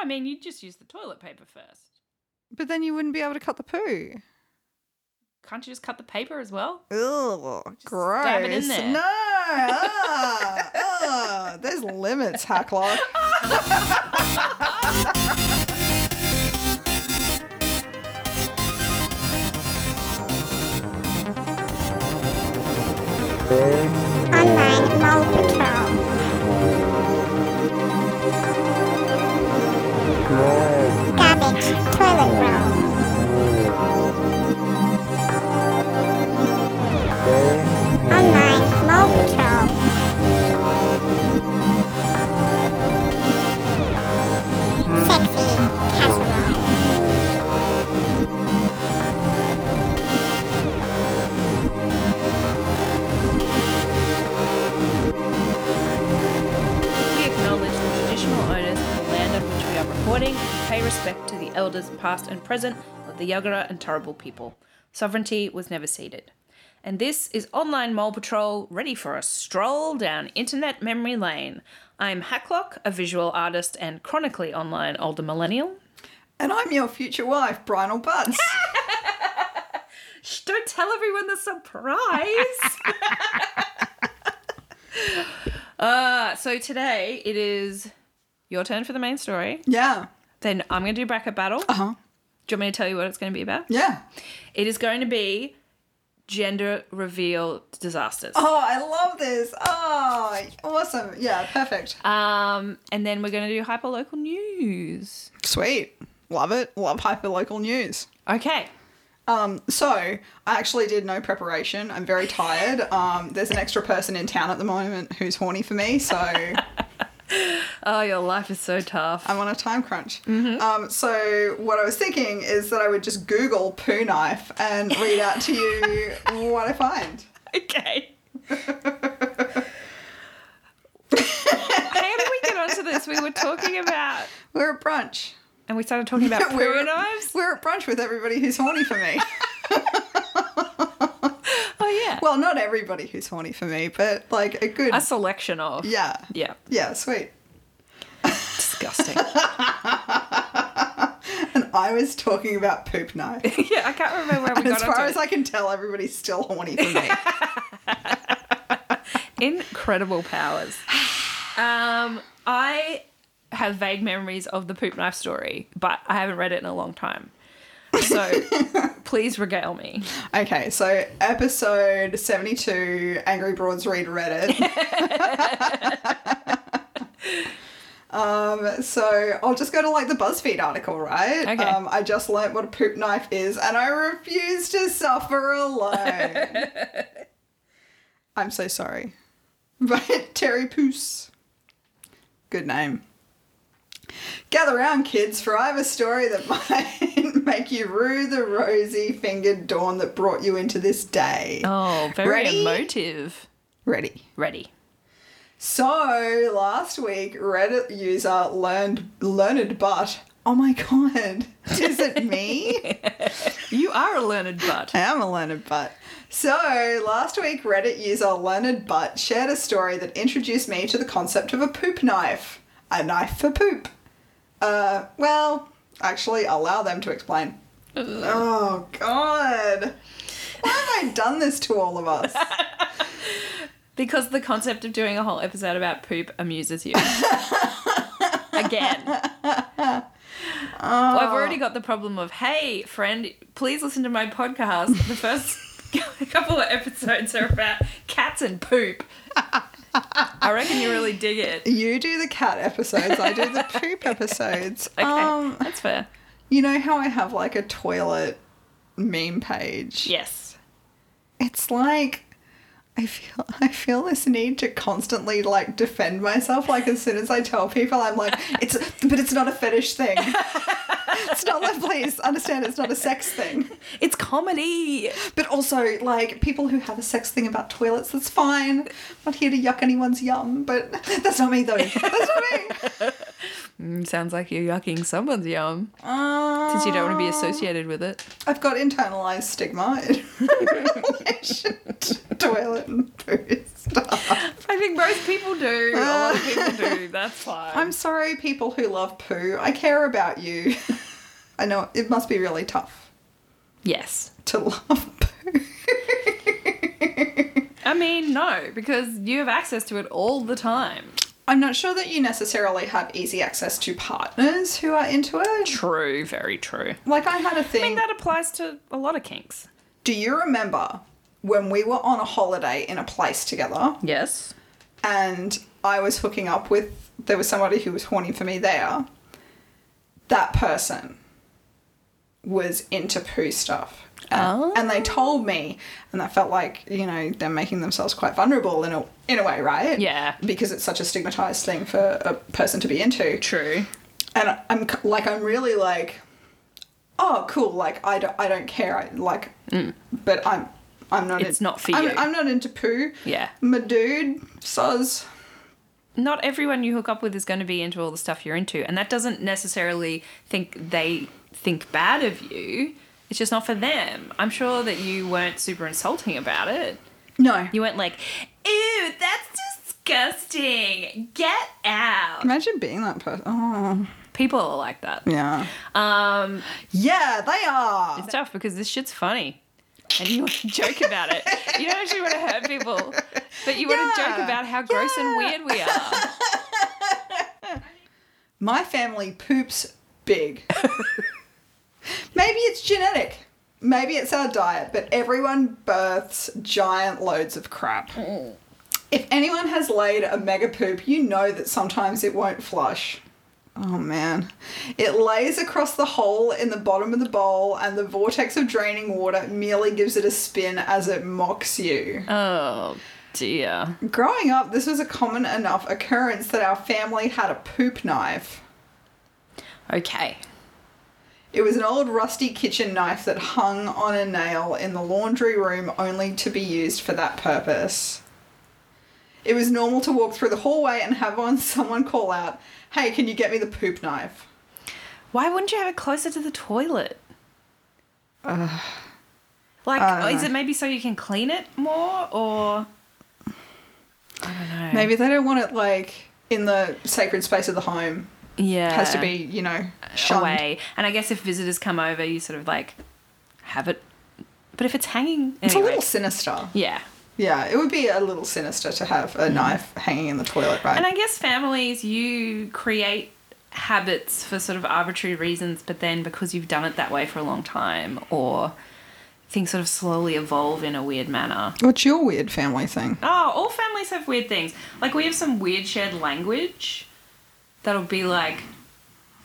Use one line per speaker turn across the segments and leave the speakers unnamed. I mean, you'd just use the toilet paper first.
But then you wouldn't be able to cut the poo.
Can't you just cut the paper as well?
Ugh, gross.
stab it in there.
No. ah, ah, there's limits, Hacklock.
Online Mole Patrol. Garbage toilet roll. Online Mole Patrol. Sexy casserole.
We acknowledge the traditional owners of the land on which we are recording and pay respect to the elders past and present of the Yagara and Turrbal people. Sovereignty was never ceded. And this is Online Mole Patrol, ready for a stroll down internet memory lane. I'm Hacklock, a visual artist and chronically online older millennial.
And I'm your future wife, Brinal Butts.
Shh, don't tell everyone the surprise! uh, so today it is your turn for the main story.
yeah.
Then I'm going to do bracket battle.
Uh huh.
Do you want me to tell you what it's going to be about?
Yeah.
It is going to be gender reveal disasters.
Oh, I love this. Oh, awesome. Yeah, perfect.
Um, and then we're going to do hyperlocal news.
Sweet. Love it. Love hyperlocal news.
Okay.
Um, so I actually did no preparation. I'm very tired. Um, there's an extra person in town at the moment who's horny for me, so I'm
Oh, your life is so tough.
on a time crunch.
Mm-hmm.
Um, so what I was thinking is that I would just Google poo knife and read out to you what I find.
okay. How did we get onto this? We were talking about,
We're at brunch.
and we started talking about
we're,
poo knives.
We're at brunch with everybody who's horny for me.
Oh yeah,
well, not everybody who's horny for me, but like a good
a selection of.
yeah.
Yeah.
Yeah, sweet.
Disgusting.
And I was talking about poop knife.
yeah, I can't remember where we got
As far
onto
as
it.
I can tell, everybody's still horny for me.
Incredible powers. Um, I have vague memories of the poop knife story, but I haven't read it in a long time. So please regale me.
Okay, so episode 72 Angry Broads Read Reddit. um, so I'll just go to like the BuzzFeed article, right?
Okay.
Um, I just learnt what a poop knife is and I refuse to suffer alone. I'm so sorry. But Terry Poos. Good name. Gather round, kids, for I have a story that might make you rue the rosy fingered dawn that brought you into this day.
Oh, very
Ready?
emotive.
Ready.
Ready.
So last week, Reddit user learned learned butt. Oh my god, is it me?
You are a learned butt.
I am a learned butt. So, last week, Reddit user Learned Butt shared a story that introduced me to the concept of a poop knife. A knife for poop. Uh, well, actually, allow them to explain. Oh, God. Why have I done this to all of us?
Because the concept of doing a whole episode about poop amuses you. Again. Well, I've already got the problem of, hey, friend, please listen to my podcast. The first couple of episodes are about cats and poop. I reckon you really dig it.
You do the cat episodes, I do the poop episodes.
Okay,
Um,
that's fair.
you know how I have like a toilet meme page?
Yes.
it's like I feel I feel this need to constantly like defend myself. Like as soon as I tell people, I'm like, it's but it's not a fetish thing. it's not like please understand it's not a sex thing.
It's comedy.
But also like people who have a sex thing about toilets, that's fine. I'm not here to yuck anyone's yum, but that's not me though. That's not me.
Mm, sounds like you're yucking someone's yum since you don't want to be associated with it.
Um, I've got internalized stigma in relation to toilet and poo stuff.
I think most people do. A lot of people do. That's fine.
I'm sorry, people who love poo. I care about you. I know it must be really tough
yes.
to love poo.
I mean, no, because you have access to it all the time.
I'm not sure that you necessarily have easy access to partners who are into it.
True, very true.
Like I had a thing.
I mean, that applies to a lot of kinks.
Do you remember when we were on a holiday in a place together
Yes.
and I was hooking up with there was somebody who was horny for me there? That person was into poo stuff. And,
Oh.
and they told me, and that felt like, you know, they're making themselves quite vulnerable in a, in a way, right?
Yeah.
Because it's such a stigmatized thing for a person to be into.
True.
and I'm c- like I'm really like oh cool like I don't I don't care I like but I'm I'm not
Mm. It's not for
I'm,
you.
I'm not into poo
Yeah.
my dude soz
Not everyone you hook up with is going to be into all the stuff you're into, and that doesn't necessarily think they think bad of you. It's just not for them. I'm sure that you weren't super insulting about it.
no
You weren't like, "Ew, that's disgusting. Get out."
imagine being that person oh
People are like that.
yeah
Um,
yeah they are
It's tough because this shit's funny. And you want to joke about it. You don't actually want to hurt people, but you want to
Yeah.
joke about how gross and weird we are.
my family poops big maybe it's genetic maybe it's our diet but everyone births giant loads of crap. If anyone has laid a mega poop, you know that sometimes it won't flush. Oh man. It lays across the hole in the bottom of the bowl, and the vortex of draining water merely gives it a spin as it mocks you.
Oh dear.
Growing up, this was a common enough occurrence that our family had a poop knife.
Okay.
It was an old rusty kitchen knife that hung on a nail in the laundry room only to be used for that purpose. It was normal to walk through the hallway and have on someone call out, Hey, can you get me the poop knife?
Why wouldn't you have it closer to the toilet? like,
Uh, I don't
is
know.
it maybe so you can clean it more, or I don't know.
Maybe they don't want it like in the sacred space of the home.
yeah,
It has to be, you know, shunned.
away. And I guess if visitors come over, you sort of like have it. But if it's hanging,
It's a
anyway,
little sinister.
yeah.
Yeah, it would be a little sinister to have
Mm.
a knife hanging in the toilet, right?
And I guess families, you create habits for sort of arbitrary reasons, but then because you've done it that way for a long time, or things sort of slowly evolve in a weird manner.
What's your weird family thing?
Oh, all families have weird things. Like we have some weird shared language that'll be like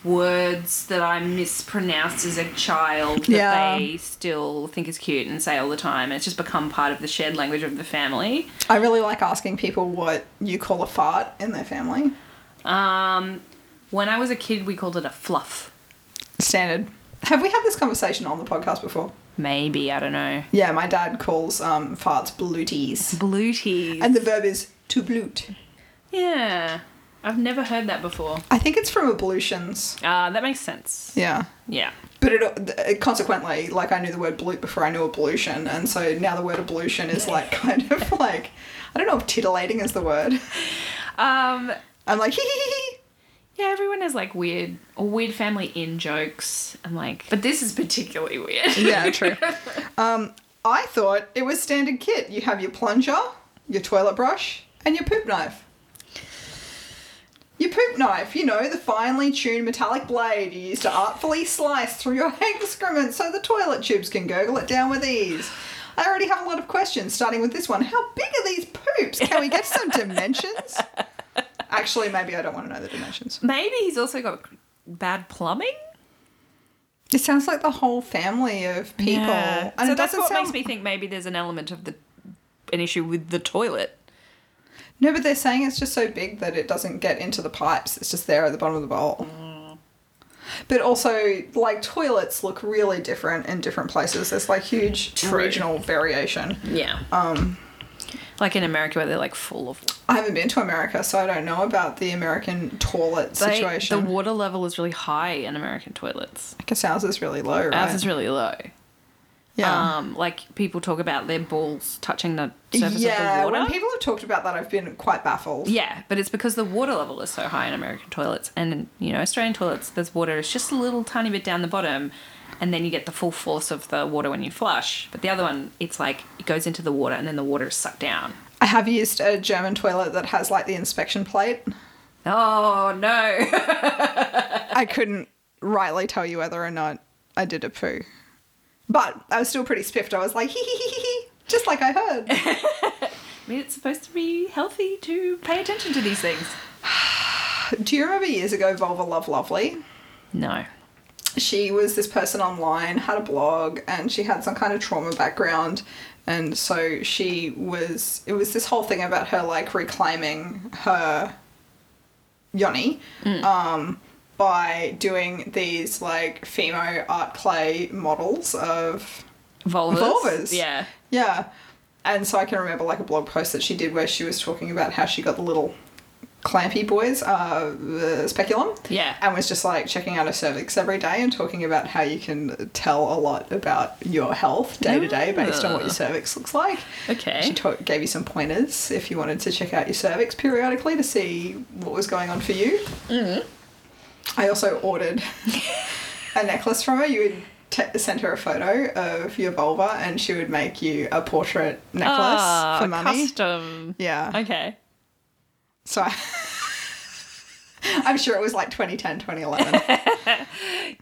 words that I mispronounced as a child that
Yeah.
they still think is cute and say all the time. And it's just become part of the shared language of the family.
I really like asking people what you call a fart in their family.
Um, when I was a kid, we called it a fluff.
standard. Have we had this conversation on the podcast before?
Maybe, I don't know.
Yeah, my dad calls um, farts blooties.
Blue cheese.
And the verb is to bloot.
yeah. I've never heard that before.
I think it's from ablutions.
Uh, that makes sense.
Yeah.
Yeah.
But it, it consequently, like I knew the word bloot before I knew ablution, and so now the word ablution is like kind of like I don't know if titillating is the word.
Um,
I'm like hee hee hee. hee.
yeah, everyone has like weird or weird family in jokes and like but this is particularly weird.
Yeah, true. um, I thought it was standard kit. You have your plunger, your toilet brush, and your poop knife. Your poop knife, you know, the finely tuned metallic blade you use to artfully slice through your excrement so the toilet tubes can gurgle it down with ease. I already have a lot of questions, starting with this one. How big are these poops? Can we get some dimensions? Actually, maybe I don't want to know the dimensions.
Maybe he's also got bad plumbing.
It sounds like the whole family of people.
Yeah.
And
so
it
that's
doesn't
what
sound
makes me think maybe there's an element of the an issue with the toilet.
No, but they're saying it's just so big that it doesn't get into the pipes. It's just there at the bottom of the bowl.
Mm.
But also, like toilets look really different in different places. There's like huge regional variation.
Yeah. Um like in America where they're like full of
I haven't been to America, so I don't know about the American toilet
They-
situation.
the water level is really high in American toilets.
Because ours is really low, right?
Ours is really low.
Yeah.
Um, like people talk about their balls touching the surface of
yeah,
the water.
when people have talked about that, I've been quite baffled.
yeah, but it's because the water level is so high in American toilets, and you know Australian toilets, there's water. It's just a little tiny bit down the bottom, and then you get the full force of the water when you flush. But the other one, it's like it goes into the water, and then the water is sucked down.
I have used a German toilet that has like the inspection plate.
Oh no!
I couldn't rightly tell you whether or not I did a poo. But I was still pretty spiffed. I was like, hee hee hee hee, hee, just like I heard.
I mean, it's supposed to be healthy to pay attention to these things.
Do you remember years ago, Volva Love Lovely?
No.
she was this person online, had a blog, and she had some kind of trauma background. And so she was, it was this whole thing about her like reclaiming her yoni um, by doing these like Femo art clay models of
Vulvas.
Vulvas.
Yeah.
yeah. And so I can remember like a blog post that she did where she was talking about how she got the little clampy boys, uh, the speculum.
Yeah.
And was just like checking out her cervix every day and talking about how you can tell a lot about your health day to day based on what your
Ah.
cervix looks like.
Okay.
She ta- gave you some pointers if you wanted to check out your cervix periodically to see what was going on for you.
Mm-hmm.
I also ordered a necklace from her. You would t- send her a photo of your vulva, and she would make you a portrait necklace
Ah,
for money.
Custom.
Yeah.
Okay.
so I- I'm sure it was like 2010, 2011.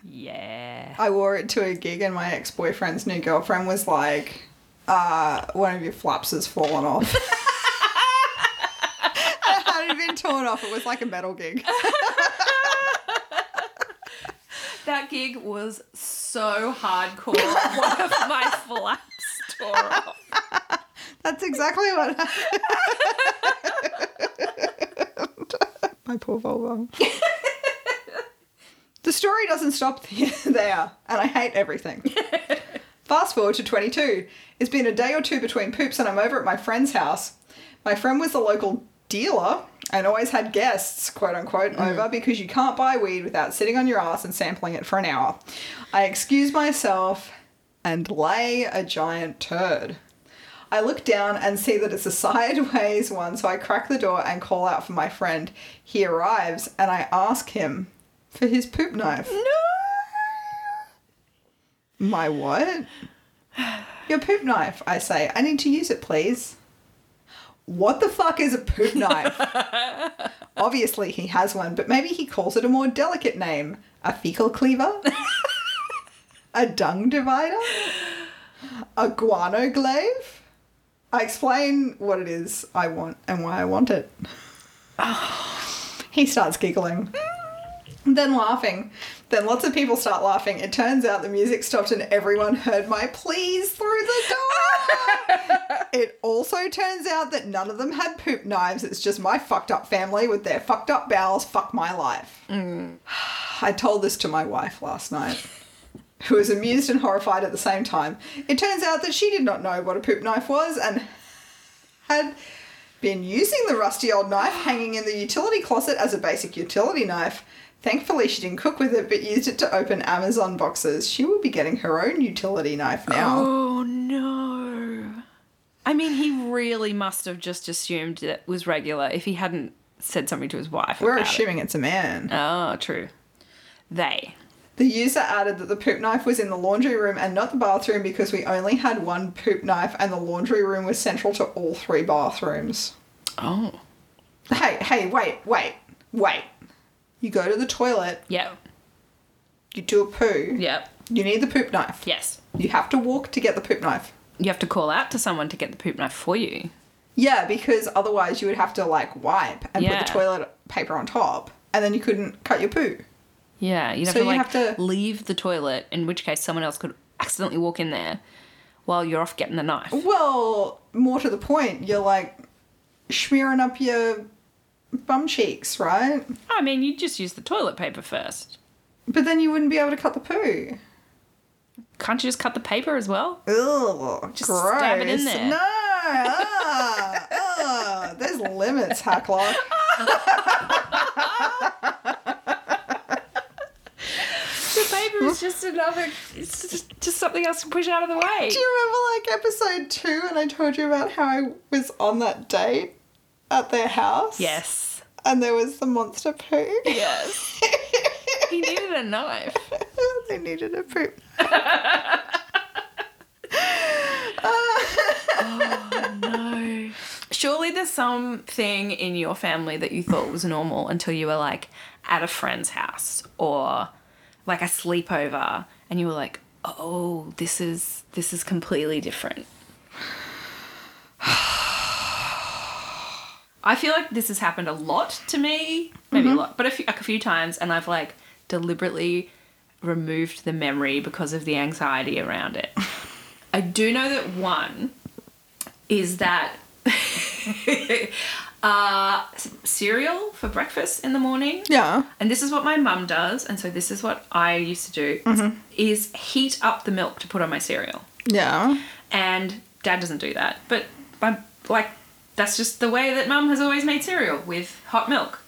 Yeah.
I wore it to a gig, and my ex boyfriend's new girlfriend was like, uh, one of your flaps has fallen off. it hadn't been torn off. It was like a metal gig.
That gig was so hardcore. One of my flaps tore
Oh,
off.
That's exactly what happened. My poor vulva. the story doesn't stop there, and I hate everything. Fast forward to 22. It's been a day or two between poops, and I'm over at my friend's house. My friend was the local dealer and always had guests, quote unquote, over because you can't buy weed without sitting on your ass and sampling it for an hour. I excuse myself and lay a giant turd. I look down and see that it's a sideways one, so I crack the door and call out for my friend. He arrives and I ask him for his poop knife.
No.
My what? Your poop knife, I say. I need to use it, please. What the fuck is a poop knife? Obviously, he has one, but maybe he calls it a more delicate name a fecal cleaver? a dung divider? A guano glaive? I explain what it is I want and why I want it. he starts giggling then laughing. Then lots of people start laughing. It turns out the music stopped and everyone heard my pleas through the door. it also turns out that none of them had poop knives. It's just my fucked up family with their fucked up bowels. Fuck my life. I told this to my wife last night, who was amused and horrified at the same time. It turns out that she did not know what a poop knife was and had been using the rusty old knife hanging in the utility closet as a basic utility knife. Thankfully, she didn't cook with it, but used it to open Amazon boxes. She will be getting her own utility knife now.
Oh no. I mean, he really must have just assumed that it was regular if he hadn't said something to his wife.
We're
about it.
assuming it's a man.
Oh, true. They.
The user added that the poop knife was in the laundry room and not the bathroom because we only had one poop knife and the laundry room was central to all three bathrooms.
Oh.
Hey, hey, wait, wait, wait. You go to the toilet,
Yep.
you do a poo,
Yep.
you need the poop knife.
Yes.
You have to walk to get the poop knife.
You have to call out to someone to get the poop knife for you.
Yeah, because otherwise you would have to like wipe and
Yeah.
put the toilet paper on top, and then you couldn't cut your poo.
Yeah, you'd have
So
to
you
like
have to-
leave the toilet, in which case someone else could accidentally walk in there while you're off getting the knife.
Well, more to the point, you're like smearing up your bum cheeks, right?
I mean, you'd just use the toilet paper first.
But then you wouldn't be able to cut the poo.
Can't you just cut the paper as well?
Ugh,
Just stab it in
gross.
there.
No, ah, ah, there's limits, Hacklock.
of paper is just another. It's just, just something else to push out of the way.
Do you remember like episode two and I told you about how I was on that date at their house?
Yes.
And there was the monster poo?
Yes. He needed a knife.
they needed a poop.
No. Surely there's something in your family that you thought was normal until you were like at a friend's house or like a sleepover and you were like, "Oh, this is this is completely different." I feel like this has happened a lot to me, maybe a lot, but a few, like a few times and I've like deliberately removed the memory because of the anxiety around it. I do know that one is that uh, s- cereal for breakfast in the morning.
Yeah.
And this is what my mum does, and so this is what I used to do: is heat up the milk to put on my cereal.
Yeah.
And dad doesn't do that, but my like that's just the way that mum has always made cereal with hot milk.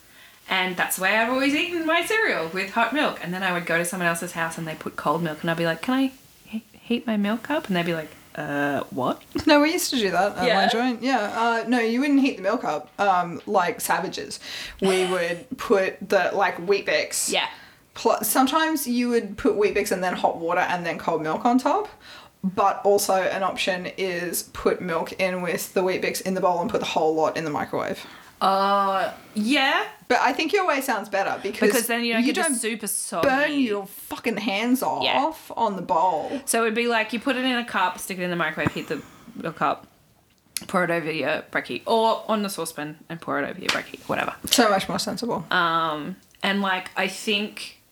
And that's the way I've always eaten my cereal with hot milk. And then I would go to someone else's house and they put cold milk, and I'd be like, "Can I he- heat my milk up?" And they'd be like, "Uh, what?"
No, we used to do that at
Yeah.
my joint. Yeah. Uh, no, you wouldn't heat the milk up um, like savages. We would put the like Weet-Bix.
Yeah.
Pl- sometimes you would put Weet-Bix and then hot water and then cold milk on top. But also an option is put milk in with the Weet-Bix in the bowl and put the whole lot in the microwave.
Uh, yeah,
But I think your way sounds better because,
because then you don't get
don't
just super soggy.
burn your fucking hands off on the bowl.
So it'd be like you put it in a cup, stick it in the microwave, heat the milk up, pour it over your brekkie, or on the saucepan and pour it over your brekkie, whatever.
So much more sensible.
Um, and like I think,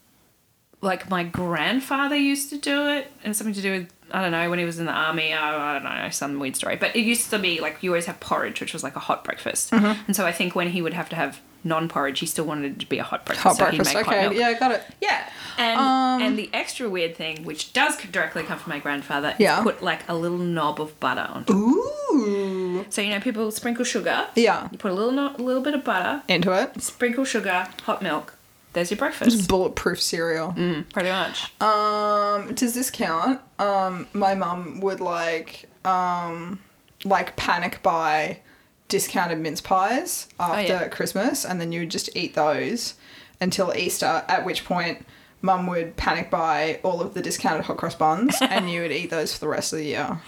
like my grandfather used to do it, and something to do with I don't know when he was in the army. I, I don't know some weird story, but it used to be like you always have porridge, which was like a hot breakfast.
Mm-hmm.
And so I think when he would have to have non porridge, he still wanted it to be a hot breakfast.
Hot
so he'd
breakfast.
make hot
Okay.
milk.
Yeah, got it.
Yeah, and
Um,
and the extra weird thing, which does directly come from my grandfather, is
Yeah.
put like a little knob of butter on. top.
Ooh.
So you know, people sprinkle sugar.
Yeah.
You put a little no- little bit of butter,
Into it.
sprinkle sugar, hot milk. There's your breakfast.
Bulletproof cereal.
Mm, pretty much.
Um, does this count? Um, my mum would like um like panic buy discounted mince pies after
Oh, yeah.
Christmas and then you would just eat those until Easter, at which point mum would panic buy all of the discounted hot cross buns and you would eat those for the rest of the year.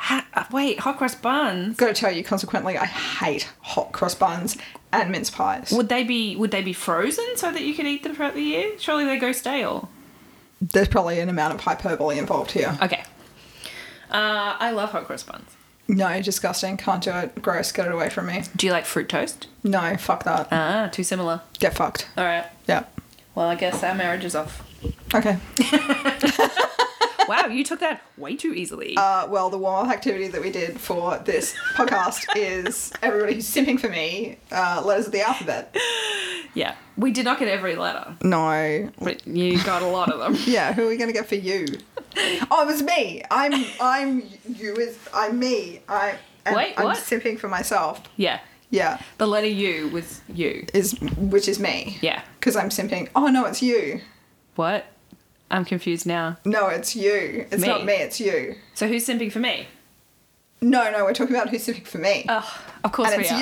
Ha- uh, wait, hot cross buns.
Gotta tell you, consequently, I hate hot cross buns and mince pies.
Would they be would they be frozen so that you could eat them throughout the year? Surely they go stale.
There's probably an amount of hyperbole involved here.
Okay. Uh, I love hot cross buns.
No, disgusting. Can't do it. Gross. Get it away from me.
Do you like fruit toast?
No, fuck that.
Ah, too similar.
Get fucked.
All right.
Yeah.
Well, I guess our marriage is off.
Okay.
wow, you took that way too easily.
Uh, well, the warm up activity that we did for this podcast is everybody who's simping for me, uh, letters of the alphabet.
Yeah. We did not get every letter,
No.
but you got a lot of them.
Yeah, who are we gonna get for you? Oh, it was me. I'm I'm you is I'm me. I and
Wait,
I'm
what?
simping for myself.
yeah.
Yeah.
The letter U was you.
Is which is me.
Yeah.
Because I'm simping. Oh no, it's you.
What? I'm confused now.
No, it's you. It's
Me.
not me. It's you.
So who's simping for me?
No, no, we're talking about who's simping for me.
Oh, of course
and
we
it's
are.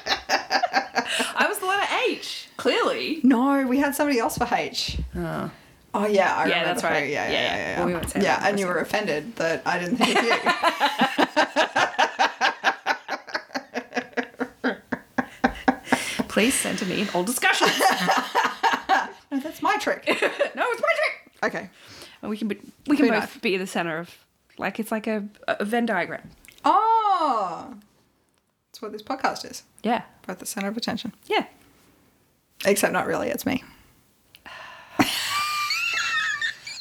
you.
I was the letter H. Clearly.
No, we had somebody else for H.
Oh.
Oh yeah,
Yeah,
I remember.
that's
who-
right.
Yeah, yeah,
Yeah, yeah.
yeah, yeah.
Well, we
yeah.
won't say
yeah
that
and you were offended that I didn't think of you.
Please send to me in all discussions.
no, that's my trick.
no, it's my trick.
Okay.
And we can be, we can
Who
both
knows?
be the center of like it's like a, a Venn diagram.
Oh, that's what this podcast is.
Yeah.
We're at the center of attention.
Yeah.
Except not really. It's me.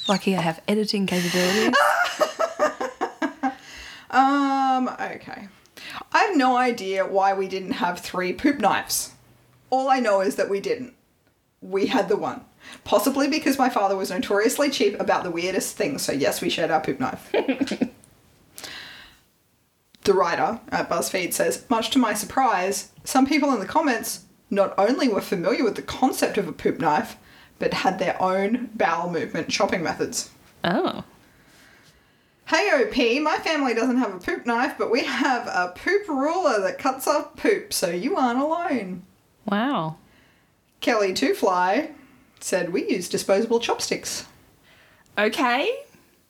Lucky I have editing capabilities.
Um. Okay. I have no idea why we didn't have three poop knives. All I know is that we didn't. We had the one. Possibly because my father was notoriously cheap about the weirdest things, so yes, we shared our poop knife. the writer at BuzzFeed says Much to my surprise, some people in the comments not only were familiar with the concept of a poop knife, but had their own bowel movement shopping methods.
Oh.
Hey OP, my family doesn't have a poop knife, but we have a poop ruler that cuts up poop, so you aren't alone.
Wow.
Kelly Two Fly said we use disposable chopsticks.
Okay.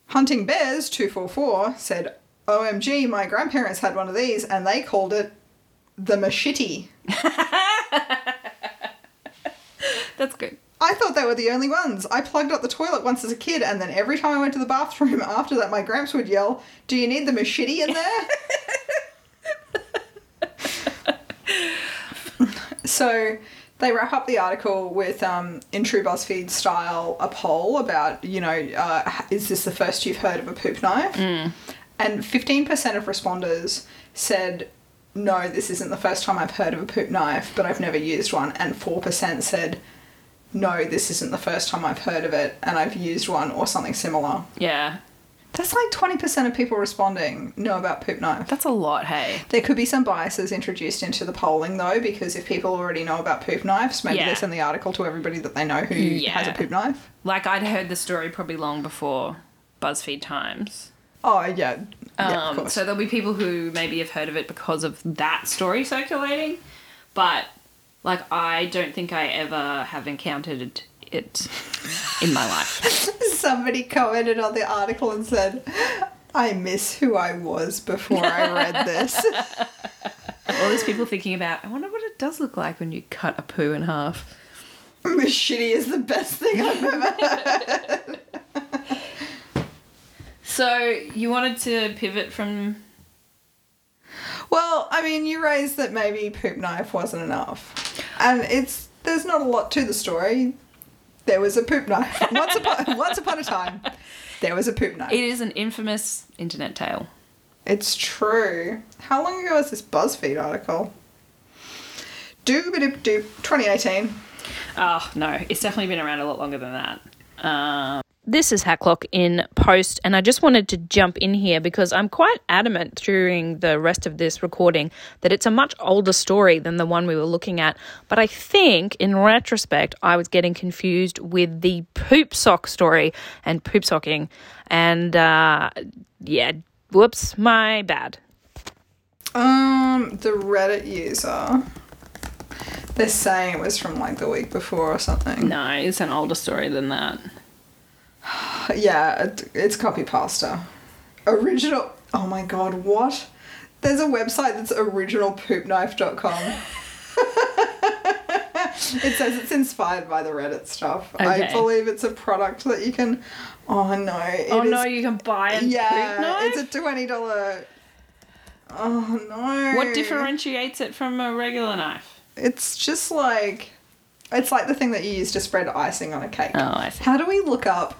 Hunting Bears 244 said, OMG, my grandparents had one of these and they called it the machete.
That's good.
I thought they were the only ones. I plugged up the toilet once as a kid, and then every time I went to the bathroom after that, my gramps would yell, Do you need the machete in there? so they wrap up the article with, um, in true BuzzFeed style, a poll about, you know, uh, is this the first you've heard of a poop knife? And 15% of responders said, no, this isn't the first time I've heard of a poop knife, but I've never used one. And 4% said, no, this isn't the first time I've heard of it and I've used one or something similar.
Yeah.
That's like 20% of people responding know about poop knife.
That's a lot, hey.
There could be some biases introduced into the polling though, because if people already know about poop knives, maybe
Yeah.
they send the article to everybody that they know who
Yeah.
has a poop knife.
Like, I'd heard the story probably long before BuzzFeed Times.
Oh, yeah. yeah, of
Um,
course.
so there'll be people who maybe have heard of it because of that story circulating, but like I don't think I ever have encountered it in my life.
Somebody commented on the article and said, I miss who I was before I read this.
All these people thinking about, I wonder what it does look like when you cut a poo in half.
Machete is the best thing I've ever
So you wanted to pivot from
Well, I mean, you raised that maybe poop knife wasn't enough, and it's there's not a lot to the story. There was a poop knife once upon once upon a time. There was a poop knife.
it is an infamous internet tale.
It's true. How long ago was this BuzzFeed article? Doop doop doop. 2018.
Oh, no, it's definitely been around a lot longer than that. Um, this is Hacklock in post, and I just wanted to jump in here because I'm quite adamant during the rest of this recording that it's a much older story than the one we were looking at. But I think, in retrospect, I was getting confused with the poop sock story and poop socking. And uh, yeah, whoops, my bad.
Um, the Reddit user. They're saying it was from like the week before or something.
No, it's an older story than that.
Yeah, it, it's copy pasta. Original. Oh my god, what? There's a website that's originalpoopknife.com. it says it's inspired by the Reddit stuff.
Okay.
I believe it's a product that you can. Oh no. it
oh
is-
no, you can buy a
Yeah,
poop knife.
it's a $20. Oh no.
What differentiates it from a regular knife?
It's just like. It's like the thing that you use to spread icing on a cake.
Oh, I see.
How do we look up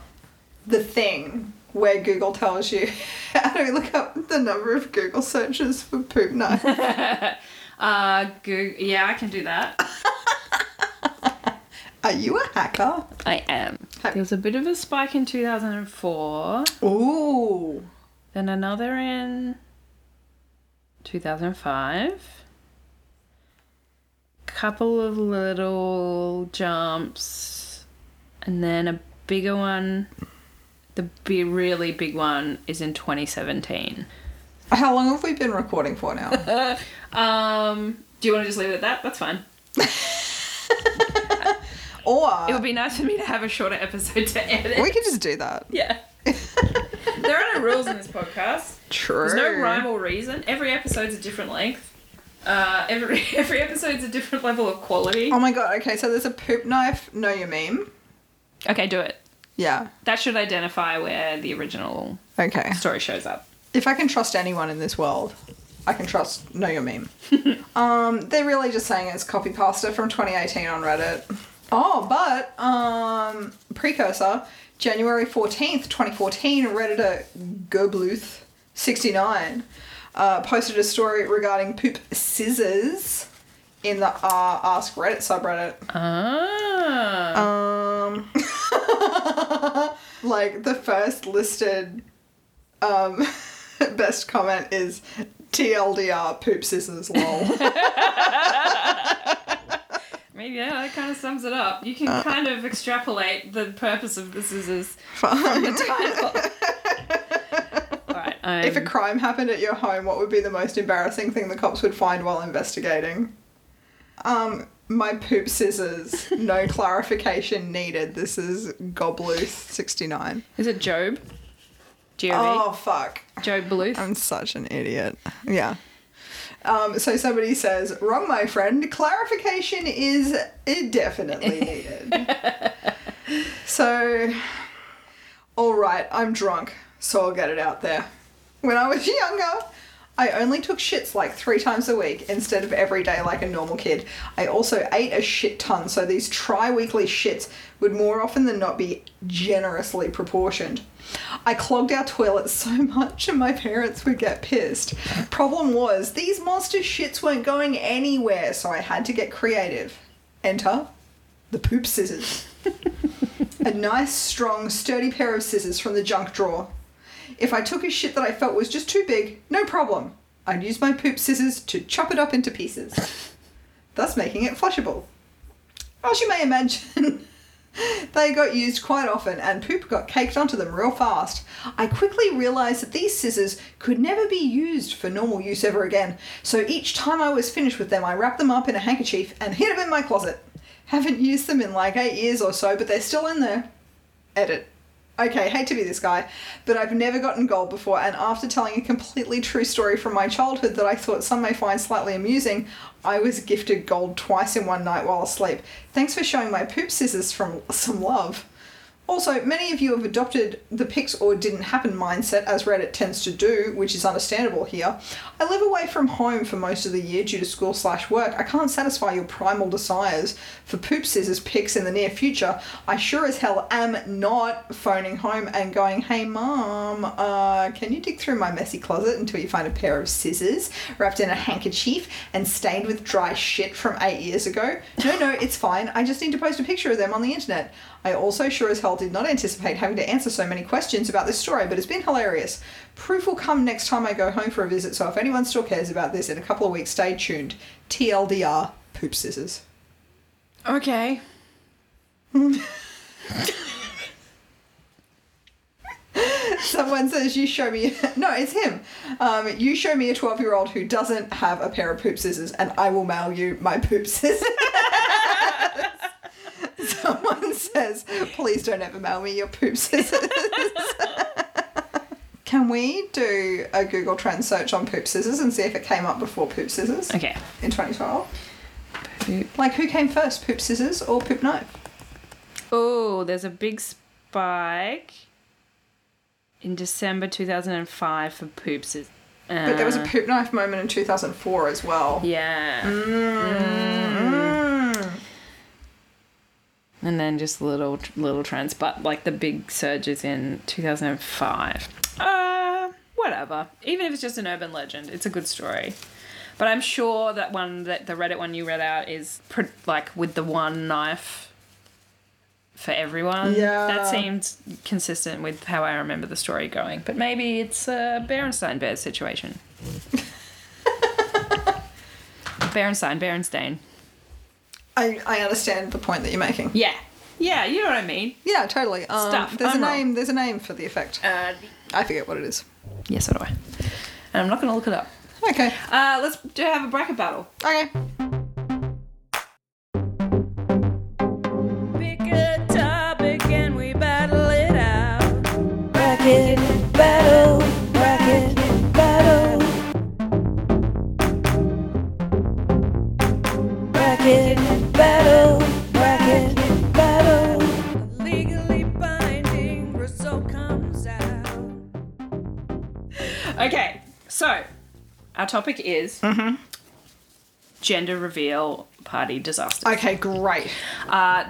the thing where Google tells you? How do we look up the number of Google searches for poop knife?
Uh, Google. Yeah, I can do that.
Are you a hacker?
I am.
Hi.
There was a bit of a spike in 2004,
Ooh.
then another in 2005. Couple of little jumps, and then a bigger one. The bi- really big one is in 2017.
How long have we been recording for now?
Um, do you want to just leave it at that? That's fine. It
Or
would be nice for me to have a shorter episode to edit.
we could just do that.
Yeah. there are no rules in this podcast.
True.
There's no rhyme or reason. Every episode's a different length. Uh, every every episode's a different level of quality.
Oh my god, okay, so there's a poop knife, know your meme.
Okay, do it.
Yeah.
That should identify where the original
Okay.
story shows up.
If I can trust anyone in this world, I can trust know your meme. um, they're really just saying it's copy pasta from 2018 on Reddit. Oh, but um, precursor, January 14th, 2014, Redditor Gerbluth69 uh, posted a story regarding poop scissors in the uh, Ask Reddit subreddit.
Ah.
Um, like the first listed um, best comment is TLDR poop scissors lol.
Maybe yeah, that kind of sums it up. You can
uh,
kind of extrapolate the purpose of this is is
Fine.
the title. All right. Um,
If a crime happened at your home, what would be the most embarrassing thing the cops would find while investigating? Um, my poop scissors. No clarification needed. This is Gobluth 69.
is it Job? Job.
Oh, fuck.
Job Bluth.
I'm such an idiot. Yeah. Um, so somebody says, wrong, my friend. Clarification is eh, definitely needed. so, all right, I'm drunk, so I'll get it out there. When I was younger, I only took shits like three times a week instead of every day like a normal kid. I also ate a shit ton, so these tri weekly shits would more often than not be generously proportioned. I clogged our toilets so much and my parents would get pissed. Problem was, these monster shits weren't going anywhere, so I had to get creative. Enter the poop scissors a nice, strong, sturdy pair of scissors from the junk drawer. If I took a shit that I felt was just too big, no problem. I'd use my poop scissors to chop it up into pieces, thus making it flushable. As you may imagine, they got used quite often and poop got caked onto them real fast. I quickly realised that these scissors could never be used for normal use ever again, so each time I was finished with them, I wrapped them up in a handkerchief and hid them in my closet. Haven't used them in like eight years or so, but they're still in there. Edit. Okay, hate to be this guy, but I've never gotten gold before, and after telling a completely true story from my childhood that I thought some may find slightly amusing, I was gifted gold twice in one night while asleep. Thanks for showing my poop scissors from some love. Also, many of you have adopted the pics or didn't happen mindset, as Reddit tends to do, which is understandable here. I live away from home for most of the year due to school slash work. I can't satisfy your primal desires for poop scissors pics in the near future. I sure as hell am not phoning home and going, hey mom, uh, can you dig through my messy closet until you find a pair of scissors wrapped in a handkerchief and stained with dry shit from eight years ago? No, no, it's fine. I just need to post a picture of them on the internet. I also sure as hell did not anticipate having to answer so many questions about this story, but it's been hilarious. Proof will come next time I go home for a visit, so if anyone still cares about this in a couple of weeks, stay tuned. TLDR, poop scissors.
okay.
Someone says, You show me. No, it's him. Um, you show me a 12 year old who doesn't have a pair of poop scissors, and I will mail you my poop scissors. Someone says, Please don't ever mail me your poop scissors. Can we do a Google Trend search on poop scissors and see if it came up before poop scissors
Okay.
in 2012? Like, who came first, poop scissors or poop knife?
Oh, there's a big spike in December 2005 for poops. Uh,
But there was a poop knife moment in 2004 as well.
Yeah.
Mm.
And then just little little trends, but like the big surges in 2005. Uh, whatever. Even if it's just an urban legend, it's a good story. But I'm sure that one that the Reddit one you read out is pr like with the one knife for everyone.
Yeah.
That seemed consistent with how I remember the story going. But maybe it's a Berenstain Bears situation. Berenstain, Berenstain.
I, I understand the point that you're making.
Yeah. Yeah, you know what I mean.
Yeah, totally. Um,
Stuff.
There's
I'm
a
wrong.
name. There's a name for the effect.
Uh,
I forget what it is.
yeah, so do I. And I'm not going to look it up.
Okay.
Uh, let's do have a bracket battle.
Okay.
Pick a topic and we battle it out.
Bracket battle, bracket battle. Bracket battle, bracket battle.
Legally binding result comes out. Okay, so our topic is
Mm-hmm.
gender reveal party disaster.
Okay. Great.
Uh,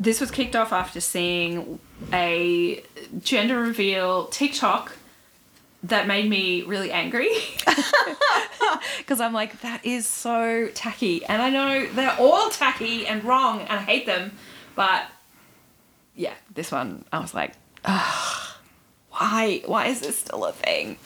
this was kicked off after seeing a gender reveal TikTok that made me really angry. Because I'm like, that is so tacky. And I know they're all tacky and wrong and I hate them. But yeah, this one, I was like, Ugh, why? Why is this still a thing?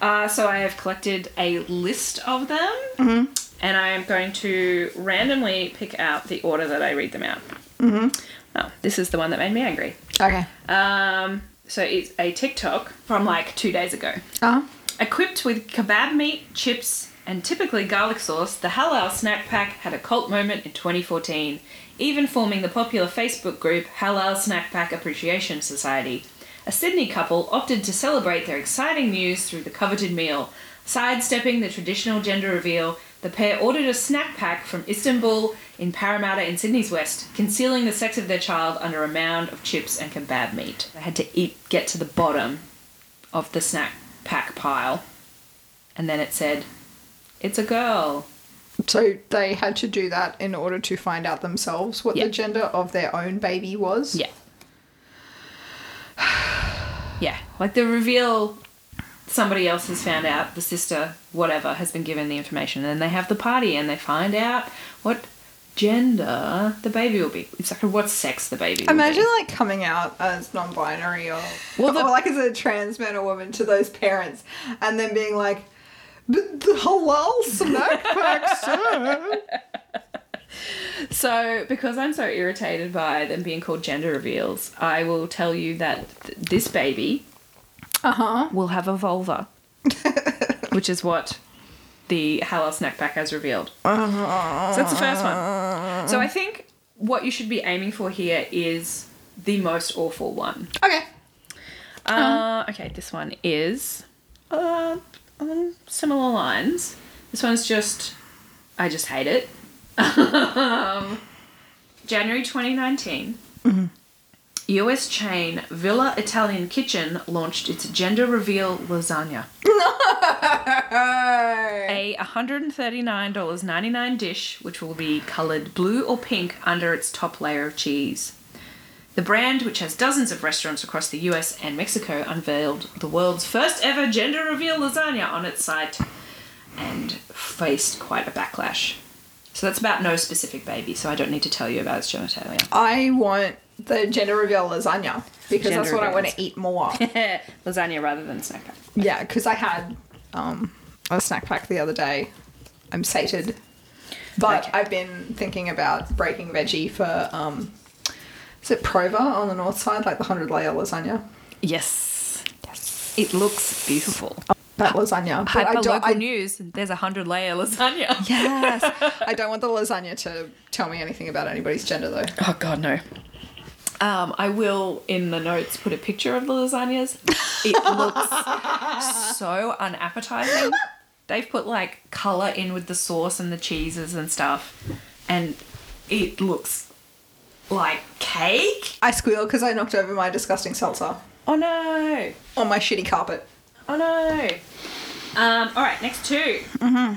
Uh, so I have collected a list of them and I am going to randomly pick out the order that I read them out. Mm-hmm. Oh, this is the one that made me angry.
Okay.
Um, so it's a TikTok from like two days ago.
Uh-huh.
Equipped with kebab meat, chips, and typically garlic sauce, the halal snack pack had a cult moment in 2014, even forming the popular Facebook group Halal Snack Pack Appreciation Society. A Sydney couple opted to celebrate their exciting news through the coveted meal. Sidestepping the traditional gender reveal, the pair ordered a snack pack from Istanbul in Parramatta in Sydney's West, concealing the sex of their child under a mound of chips and kebab meat. They had to eat, get to the bottom of the snack pack pile. And then it said, It's a girl.
So they had to do that in order to find out themselves what
Yeah.
the gender of their own baby was.
Yeah. Yeah. Like the reveal, somebody else has found out, the sister, whatever, has been given the information. And then they have the party and they find out what gender the baby will be. It's like what sex the baby will
Imagine
be.
like coming out as non-binary or,
Well, the-
or like as a trans man or woman to those parents, and then being like, "But the halal snack pack said-"
So, because I'm so irritated by them being called gender reveals, I will tell you that th- this baby uh-huh. will have a vulva, which is what the halal snack pack has revealed. So that's the first one. So I think what you should be aiming for here is the most awful one.
Okay.
Uh, okay, this one is uh, on similar lines. This one's just, I just hate it. um, January 2019, US chain Villa Italian Kitchen launched its gender reveal lasagna. A $139.99 dish, which will be coloured blue or pink under its top layer of cheese. The brand, which has dozens of restaurants across the US and Mexico, unveiled the world's first ever gender reveal lasagna on its site and faced quite a backlash. So that's about no specific baby, so I don't need to tell you about its genitalia.
I want the gender reveal lasagna because
Gender
that's what I
reveal
want to eat more.
lasagna rather than snack pack.
yeah, because I had um, a snack pack the other day. I'm sated, but
Okay.
I've been thinking about breaking veggie for um, is it Prova on the north side, like the hundred layer lasagna.
Yes. Yes. It looks beautiful.
That lasagna. But Oh, I
Hyper
don't,
local
I,
news, there's a hundred layer lasagna.
yes. I don't want the lasagna to tell me anything about anybody's gender, though.
Oh god, no. Um, I will in the notes put a picture of the lasagnas. It looks so unappetizing. They've put like color in with the sauce and the cheeses and stuff, and it looks like cake.
I squeal because I knocked over my disgusting seltzer
Oh no!
on my shitty carpet.
Oh no! Um, all right, next 2 Mm-hmm.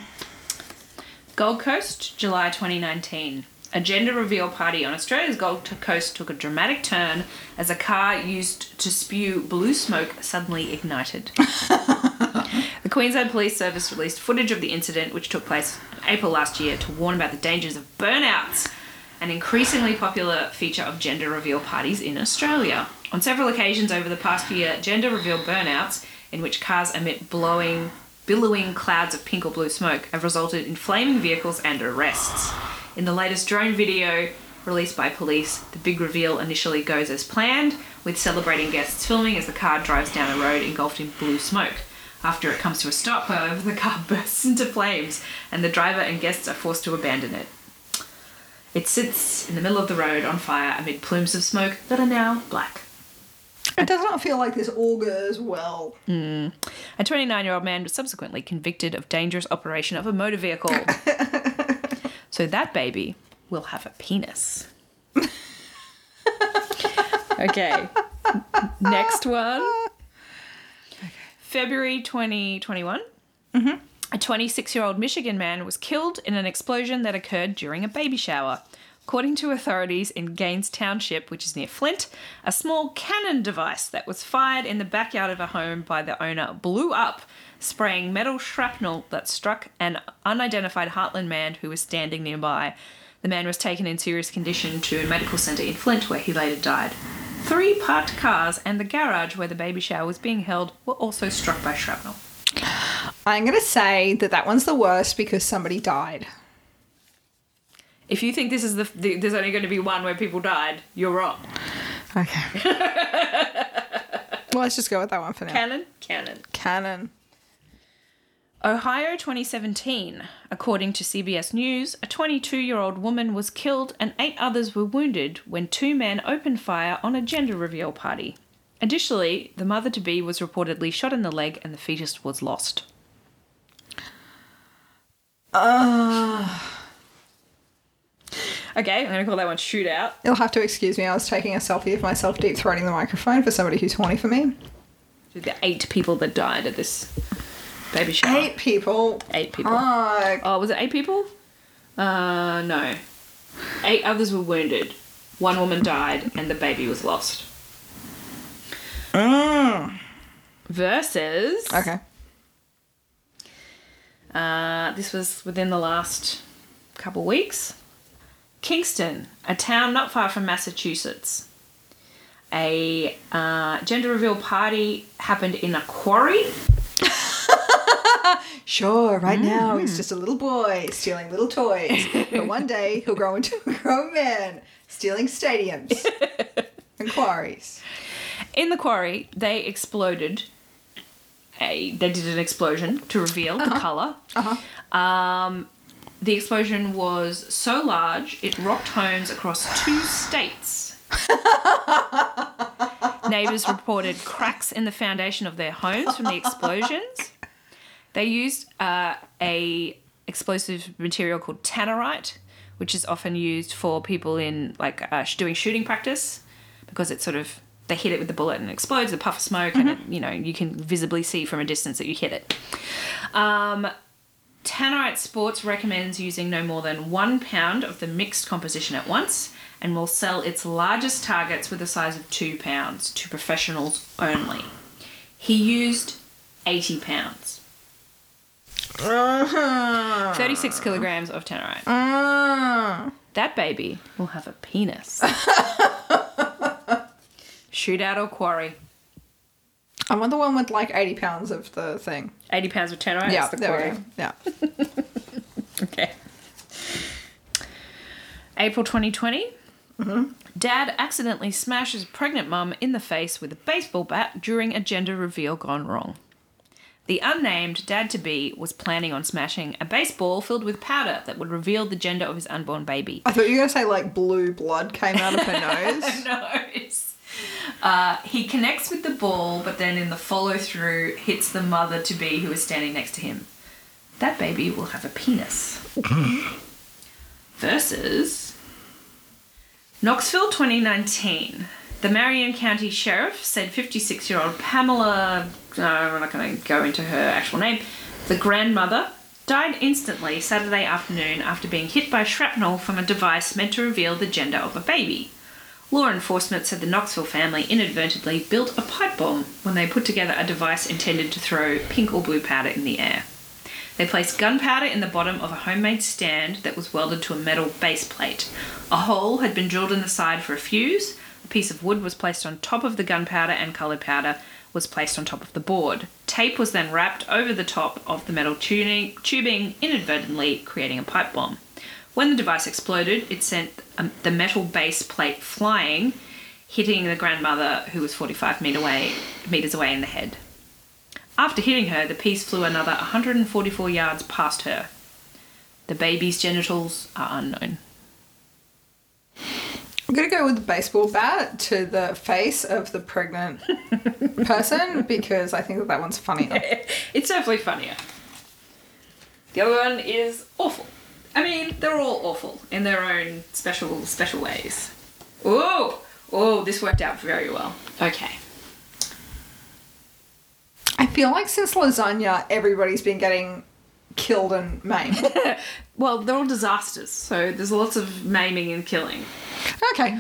Gold Coast, July 2019. A gender reveal party on Australia's Gold Coast took a dramatic turn as a car used to spew blue smoke suddenly ignited. the Queensland Police Service released footage of the incident, which took place in April last year, to warn about the dangers of burnouts, an increasingly popular feature of gender reveal parties in Australia. On several occasions over the past year, gender reveal burnouts, in which cars emit blowing, billowing clouds of pink or blue smoke, have resulted in flaming vehicles and arrests. In the latest drone video released by police, the big reveal initially goes as planned, with celebrating guests filming as the car drives down a road engulfed in blue smoke. After it comes to a stop, however, the car bursts into flames and the driver and guests are forced to abandon it. It sits in the middle of the road on fire amid plumes of smoke that are now black.
It does not feel like this augurs well.
A 29 year old man was subsequently convicted of dangerous operation of a motor vehicle. so that baby will have a penis. okay. Next one. February 2021. A 26 year old Michigan man was killed in an explosion that occurred during a baby shower. According to authorities in Gaines Township, which is near Flint, a small cannon device that was fired in the backyard of a home by the owner blew up, spraying metal shrapnel that struck an unidentified Heartland man who was standing nearby. The man was taken in serious condition to a medical centre in Flint, where he later died. Three parked cars and the garage where the baby shower was being held were also struck by shrapnel.
I'm gonna say that that one's the worst because somebody died.
If you think this is the, the there's only going to be one where people died, you're wrong.
Okay. well, let's just go with that one for now.
Canon, canon.
Canon.
Ohio 2017. According to CBS News, a 22 year old woman was killed and eight others were wounded when two men opened fire on a gender reveal party. Additionally, the mother to be was reportedly shot in the leg and the fetus was lost. Okay, I'm gonna call that one shootout.
You'll have to excuse me. I was taking a selfie of myself deep throating the microphone for somebody who's horny for me.
The eight people that died at this baby shower.
Eight people.
Eight people.
Fuck.
Oh, was it eight people? Uh, no. Eight others were wounded. One woman died, and the baby was lost. Mm. Versus.
Okay.
Uh, this was within the last couple weeks. Kingston, a town not far from Massachusetts. A uh, gender reveal party happened in a quarry.
Sure, right now he's just a little boy stealing little toys. but one day he'll grow into a grown man stealing stadiums and quarries.
In the quarry, they exploded. A, they did an explosion to reveal the color. Um, the explosion was so large it rocked homes across two states. Neighbors reported cracks in the foundation of their homes from the explosions. They used uh, a explosive material called tannerite, which is often used for people in like uh, sh- doing shooting practice because it's sort of they hit it with the bullet and it explodes, the puff of smoke, and it, you know you can visibly see from a distance that you hit it. Um, Tannerite Sports recommends using no more than one pound of the mixed composition at once and will sell its largest targets with a size of two pounds to professionals only. He used 80 pounds.
Uh-huh. Oh.
36 kilograms of
Mm.
Tannerite. That baby will have a penis. Shootout or quarry.
I want the one with like 80 pounds of the thing.
80 pounds of Tannerite.
yeah,
is the
there
quarry.
we go. Yeah.
Okay. April 2020.
Mm-hmm.
Dad accidentally smashes pregnant mum in the face with a baseball bat during a gender reveal gone wrong. The unnamed dad to be was planning on smashing a baseball filled with powder that would reveal the gender of his unborn baby.
I thought you were going to say like blue blood came out of her nose.
No, it's- Uh, he connects with the ball, but then in the follow through, hits the mother to be who is standing next to him. That baby will have a penis. Versus Knoxville 2019. The Marion County Sheriff said 56 year old Pamela, uh, I'm not going to go into her actual name, the grandmother, died instantly Saturday afternoon after being hit by shrapnel from a device meant to reveal the gender of a baby. Law enforcement said the Knoxville family inadvertently built a pipe bomb when they put together a device intended to throw pink or blue powder in the air. They placed gunpowder in the bottom of a homemade stand that was welded to a metal base plate. A hole had been drilled in the side for a fuse. A piece of wood was placed on top of the gunpowder and coloured powder was placed on top of the board. Tape was then wrapped over the top of the metal tuning, tubing, inadvertently creating a pipe bomb. When the device exploded, it sent um, the metal base plate flying, hitting the grandmother, who was 45 meter away, meters away in the head. After hitting her, the piece flew another 144 yards past her. The baby's genitals are unknown.
I'm going to go with the baseball bat to the face of the pregnant person because I think that that one's funnier.
It's definitely funnier. The other one is awful. I mean, they're all awful in their own special, special ways. Oh, oh, this worked out very well. Okay.
I feel like since lasagna, everybody's been getting killed and maimed.
Well, they're all disasters, so there's lots of maiming and killing.
okay.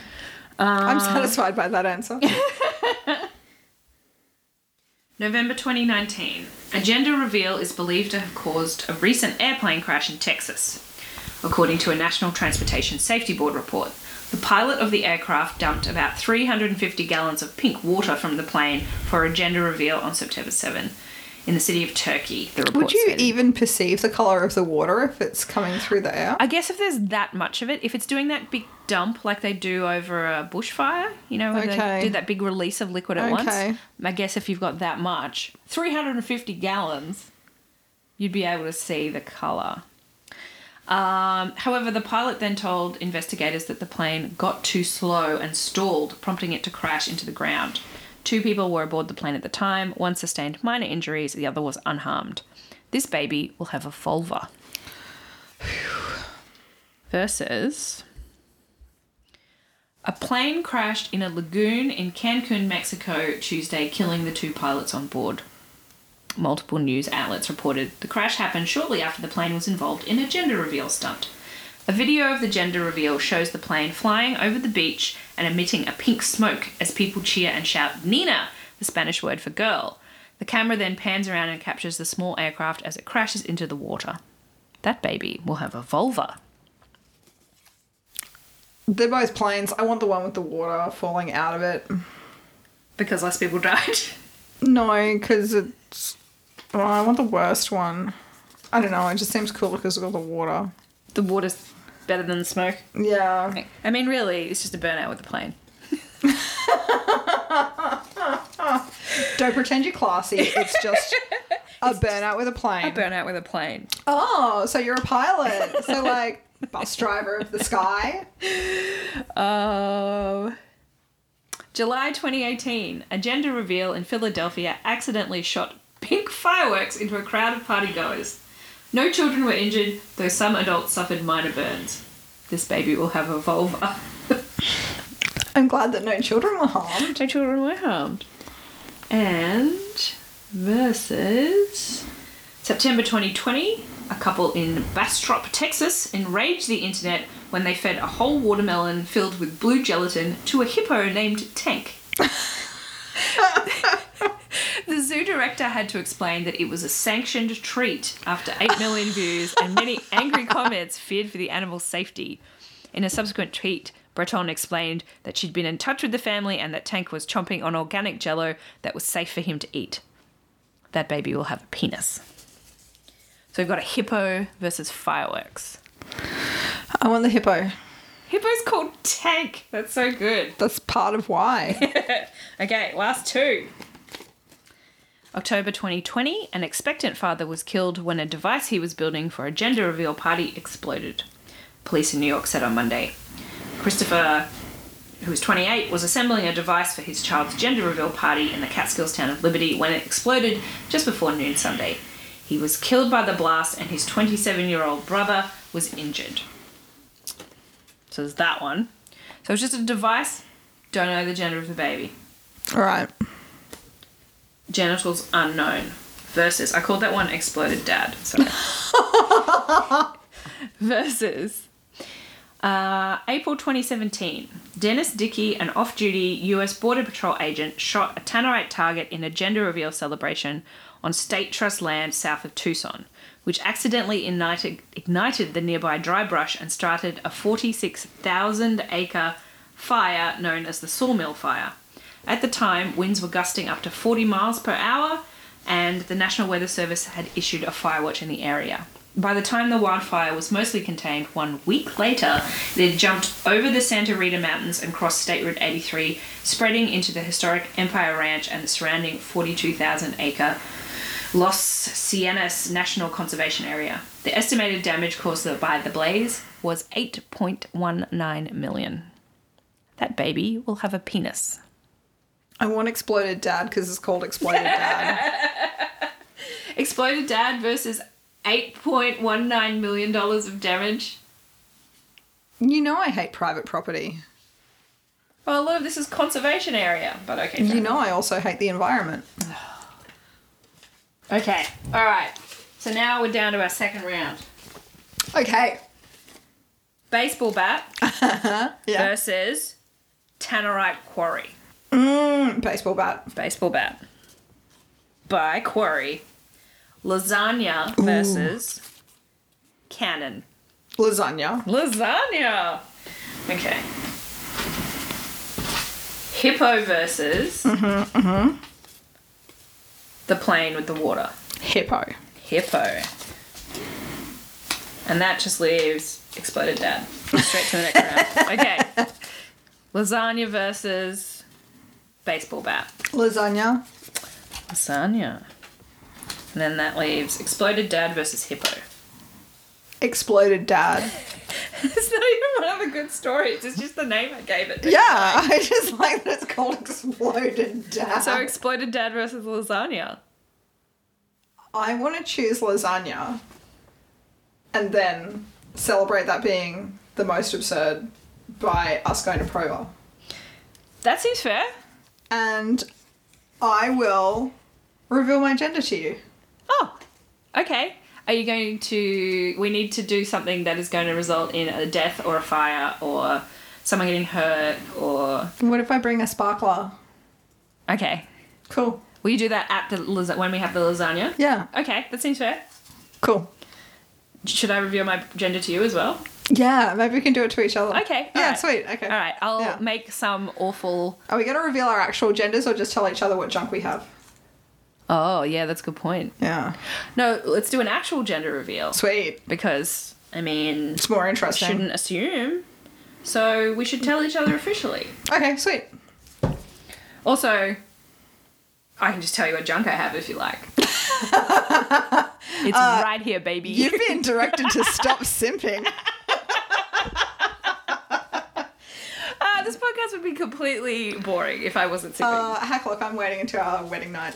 I'm satisfied by that answer.
November 2019. A gender reveal is believed to have caused a recent airplane crash in Texas. According to a National Transportation Safety Board report, the pilot of the aircraft dumped about 350 gallons of pink water from the plane for a gender reveal on September 7. in the city of Turkey. The report
Would you
said.
even perceive the color of the water if it's coming through the air?
I guess if there's that much of it, if it's doing that big dump like they do over a bushfire, you know, where
Okay.
they do that big release of liquid at
Okay.
once. I guess if you've got that much, 350 gallons, you'd be able to see the color. Um, however, the pilot then told investigators that the plane got too slow and stalled, prompting it to crash into the ground. Two people were aboard the plane at the time. One sustained minor injuries, the other was unharmed. This baby will have a vulva. Versus a plane crashed in a lagoon in Cancun, Mexico, Tuesday, killing the two pilots on board. Multiple news outlets reported the crash happened shortly after the plane was involved in a gender reveal stunt. A video of the gender reveal shows the plane flying over the beach and emitting a pink smoke as people cheer and shout Nina, the Spanish word for girl. The camera then pans around and captures the small aircraft as it crashes into the water. That baby will have a vulva.
They're both planes. I want the one with the water falling out of it.
Because less people died.
No, because it's. Oh, I want the worst one. I don't know. It just seems cool because it's got the water.
the water's better than the smoke.
Yeah.
I mean, really, it's just a burnout with the plane.
Don't pretend you're classy. It's just a burnout with a plane.
burnout with a plane.
oh, so you're a pilot. So, like, bus driver of the sky.
Oh. July 2018, a gender reveal in Philadelphia accidentally shot pink fireworks into a crowd of partygoers. No children were injured, though some adults suffered minor burns. This baby will have a vulva.
I'm glad that no children were harmed.
No children were harmed. And versus September 2020, a couple in Bastrop, Texas, enraged the internet when they fed a whole watermelon filled with blue gelatin to a hippo named Tank. the zoo director had to explain that it was a sanctioned treat after 8 million views and many angry comments feared for the animal's safety. In a subsequent tweet, Breton explained that she'd been in touch with the family and that Tank was chomping on organic jello that was safe for him to eat. That baby will have a penis. So we've got a hippo versus fireworks.
I want the hippo.
Hippo's called Tank. That's so good.
That's part of why.
Okay, last two. October 2020, an expectant father was killed when a device he was building for a gender reveal party exploded. Police in New York said on Monday. Christopher, who was 28, was assembling a device for his child's gender reveal party in the Catskills town of Liberty when it exploded just before noon Sunday. He was killed by the blast, and his 27 year old brother was injured. So there's that one. So it's just a device, don't know the gender of the baby
All right.
genitals unknown versus I called that one exploded dad. Sorry. versus uh, April 2017, Dennis Dickey, an off duty US Border Patrol agent, shot a Tannerite target in a gender reveal celebration on state trust land south of Tucson, which accidentally ignited, ignited the nearby dry brush and started a 46,000 acre fire known as the Sawmill Fire. At the time, winds were gusting up to 40 miles per hour, and the National Weather Service had issued a fire watch in the area. By the time the wildfire was mostly contained, one week later, it had jumped over the Santa Rita Mountains and crossed State Route 83, spreading into the historic Empire Ranch and the surrounding 42,000 acre Los Sienes National Conservation Area. The estimated damage caused by the blaze was 8.19 million. That baby will have a penis.
I want exploded dad because it's called exploded dad.
Exploded Dad versus $8.19 million of damage.
you know I hate private property.
Well, a lot of Oh, this is conservation area, but okay.
You know I also hate the environment.
Okay. All right. So now we're down to our second round.
Okay.
Baseball bat
Yeah.
versus Tannerite Quarry.
Mm, baseball bat.
Baseball bat by Quarry. Lasagna versus Cannon.
Lasagna.
Lasagna. Okay. Hippo versus the plane with the water.
Hippo.
Hippo. And that just leaves Exploded Dad. Straight to the next round. Okay. Lasagna versus baseball bat.
Lasagna.
Lasagna. And then that leaves Exploded Dad versus Hippo.
Exploded dad.
It's not even one of the good stories. It's just the name I gave it.
Yeah, I just like that it's called exploded dad.
So Exploded Dad versus Lasagna.
I want to choose lasagna and then celebrate that being the most absurd by us going to Prova.
That seems fair.
And I will reveal my gender to you.
Oh, okay. Are you going to? We need to do something that is going to result in a death or a fire or someone getting hurt or.
What if I bring a sparkler?
Okay.
Cool.
Will you do that at the lasa- when we have the lasagna?
Yeah.
Okay, that seems fair.
Cool.
Should I reveal my gender to you as well?
Yeah, maybe we can do it to each other.
Okay.
Yeah,
alright.
sweet. Okay.
All right. I'll
Yeah.
make some awful.
Are we going to reveal our actual genders or just tell each other what junk we have?
Oh yeah, that's a good point.
Yeah.
No, let's do an actual gender reveal
Sweet.
because I mean,
It's more interesting.
shouldn't assume. So we should tell each other officially.
Okay, sweet.
Also, I can just tell you what junk I have if you like. it's right here, baby.
You've been directed to stop simping.
Ah, this podcast would be completely boring if I wasn't sipping.
Uh, heck, look, I'm waiting until our wedding night.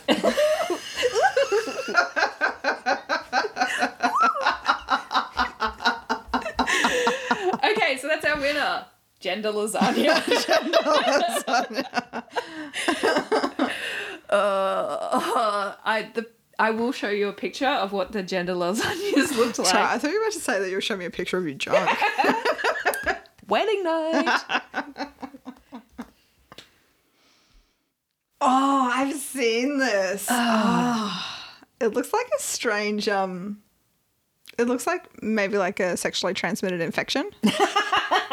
okay, so that's our winner. Gender lasagna. uh, I the I will show you a picture of what the gender lasagnas looked like.
Sorry, I thought you were about to say that you were showing me a picture of your junk.
Wedding night.
oh, I've seen this. Ah. it looks like a strange. Um, it looks like maybe like a sexually transmitted infection.
yeah,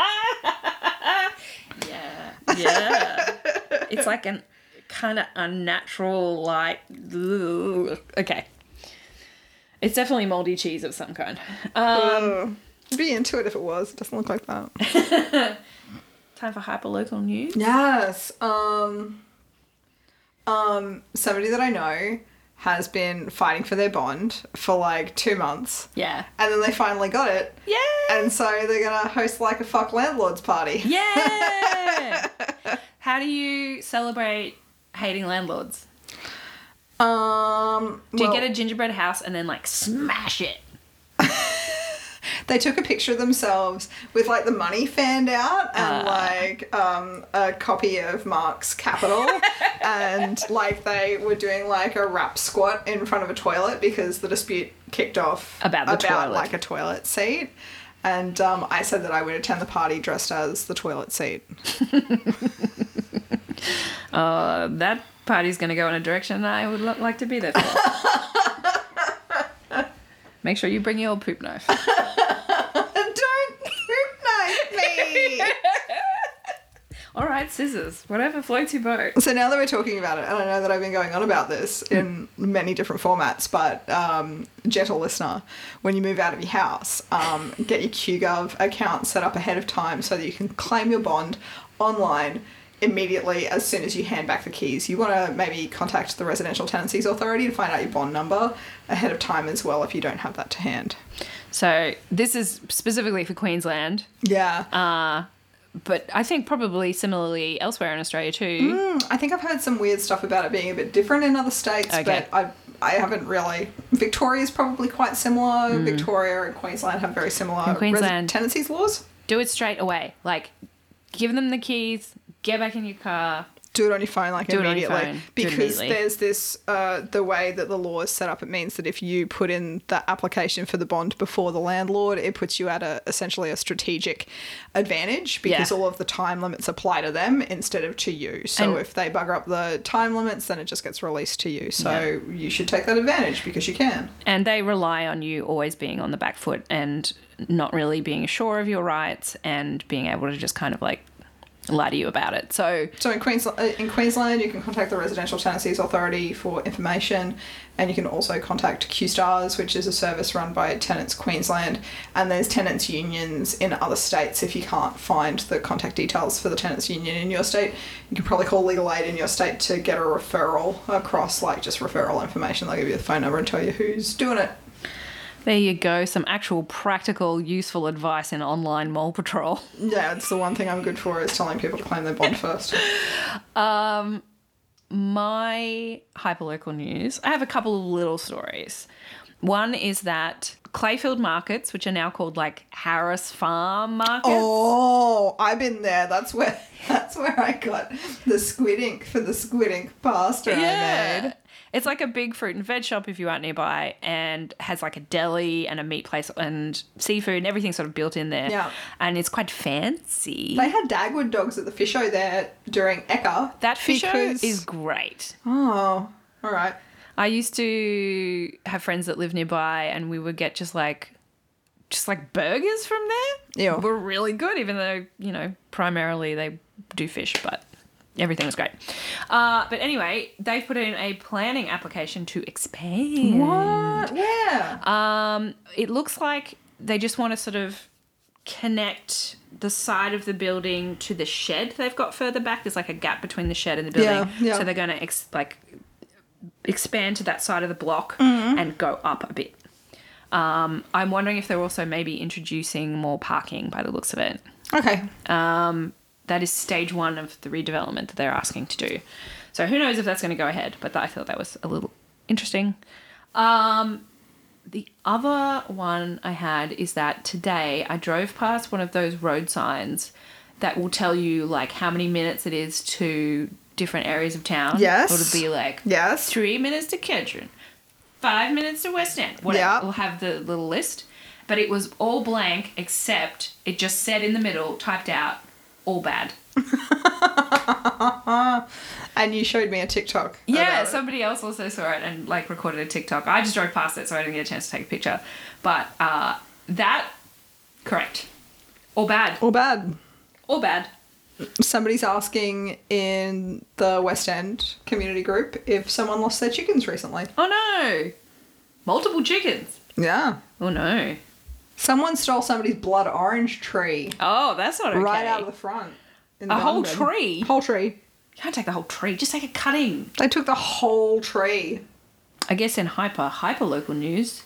yeah. It's like an kind of unnatural, like ugh. okay. It's definitely moldy cheese of some kind. Um,
Oh. I'd be into it if it was. It doesn't look like that.
time for hyperlocal news.
Yes. Um um somebody that I know has been fighting for their bond for like 2 months
Yeah.
and then they finally got it.
Yeah.
And so they're going to host like a fuck landlords party.
Yeah. How do you celebrate hating landlords?
Um
Do
well,
you get a gingerbread house and then like smash it?
they took a picture of themselves with like the money fanned out and
Ah.
like um a copy of Mark's Capital and like they were doing like a rap squat in front of a toilet because the dispute kicked off
About the toilet.
like a toilet seat. And um, I said that I would attend the party dressed as the toilet seat.
Uh, that party's going to go in a direction I would lo- like to be there for. Make sure you bring your poop knife.
Don't poop knife me!
All right, scissors, whatever floats your boat.
So now that we're talking about it, and I know that I've been going on about this in many different formats, but um, gentle listener, when you move out of your house, um, get your QGov account set up ahead of time so that you can claim your bond online immediately as soon as you hand back the keys. You want to maybe contact the Residential Tenancies Authority to find out your bond number ahead of time as well if you don't have that to hand.
So this is specifically for Queensland,
Yeah.
but I think probably similarly elsewhere in Australia too.
Hmm, I think I've heard some weird stuff about it being a bit different in other states,
Okay.
but I I haven't really. Victoria's probably quite similar. Victoria and Queensland have very similar resi-
Hmm. Queensland.
tenancies laws.
Do it straight away. Like, give them the keys, get back in your car.
Do it on your phone, like
Do it on
immediately,
your phone. Do it
because
immediately.
there's this uh, the way that the law is set up. It means that if you put in the application for the bond before the landlord, it puts you at a essentially a strategic advantage because
Yeah.
all of the time limits apply to them instead of to you. So
And-
if they bugger up the time limits, then it just gets released to you. So
Yeah.
you should take that advantage because you can.
And they rely on you always being on the back foot and not really being sure of your rights and being able to just kind of like lie to you about it. So
So in Queensland, in Queensland, you can contact the Residential Tenancies Authority for information, and you can also contact QStars, which is a service run by Tenants Queensland. And there's tenants unions in other states. If you can't find the contact details for the tenants union in your state, you can probably call legal aid in your state to get a referral across, like just referral information. They'll give you the phone number and tell you who's doing it.
there you go, some actual practical, useful advice in online mole patrol.
Yeah, it's the one thing I'm good for is telling people to claim their bond first.
my hyperlocal news, I have a couple of little stories. One is that Clayfield markets, which are now called like Harris Farm markets.
Oh, I've been there. That's where that's where I got the squid ink for the squid ink pasta I made.
It's like a big fruit and veg shop if you aren't nearby and has like a deli and a meat place and seafood and everything sort of built in there.
Yeah.
And it's quite fancy.
They had Dagwood dogs at the fish show there during Eka.
that fish
because-
is great.
Oh, all right.
I used to have friends that live nearby, and we would get just like, just like burgers from there.
Ew.
were really good, even though you know primarily they do fish, but everything was great. Uh, but anyway, they've put in a planning application to expand.
What? Yeah.
Um, it looks like they just want to sort of connect the side of the building to the shed they've got further back. There's like a gap between the shed and the building,
Yeah, yeah.
so they're going to ex- like expand to that side of the block
Mm-hmm.
and go up a bit. Um, I'm wondering if they're also maybe introducing more parking by the looks of it.
okay.
That is stage one of the redevelopment that they're asking to do. So who knows if that's going to go ahead, but I thought that was a little interesting. Um, the other one I had is that today I drove past one of those road signs that will tell you like how many minutes it is to different areas of town.
Yes.
It'll be like
Yes.
three minutes to Ketron, five minutes to West End. Whatever.
Yeah.
We'll have the little list. But it was all blank except it just said in the middle, typed out, all bad.
And you showed me a TikTok.
Yeah,
about it.
somebody else also saw it and like recorded a TikTok. I just drove past it, so I didn't get a chance to take a picture. But uh, that, correct. All bad.
All bad.
All bad.
Somebody's asking in the West End community group if someone lost their chickens recently.
Oh no! Multiple chickens.
Yeah.
Oh no.
Someone stole somebody's blood orange tree
Oh, that's not okay.
right out of the front. in
A whole
Melbourne.
tree?
Whole tree.
You can't take the whole tree, just take a cutting.
They took the whole tree.
I guess in hyper, hyper local news,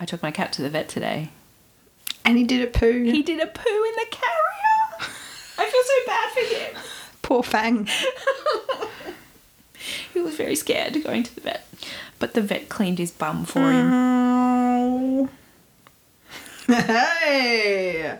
I took my cat to the vet today.
And he did it poo.
He did a poo in the carrier. I feel so bad for him.
Poor Fang.
He was very scared going to the vet, but the vet cleaned his bum for him.
hey!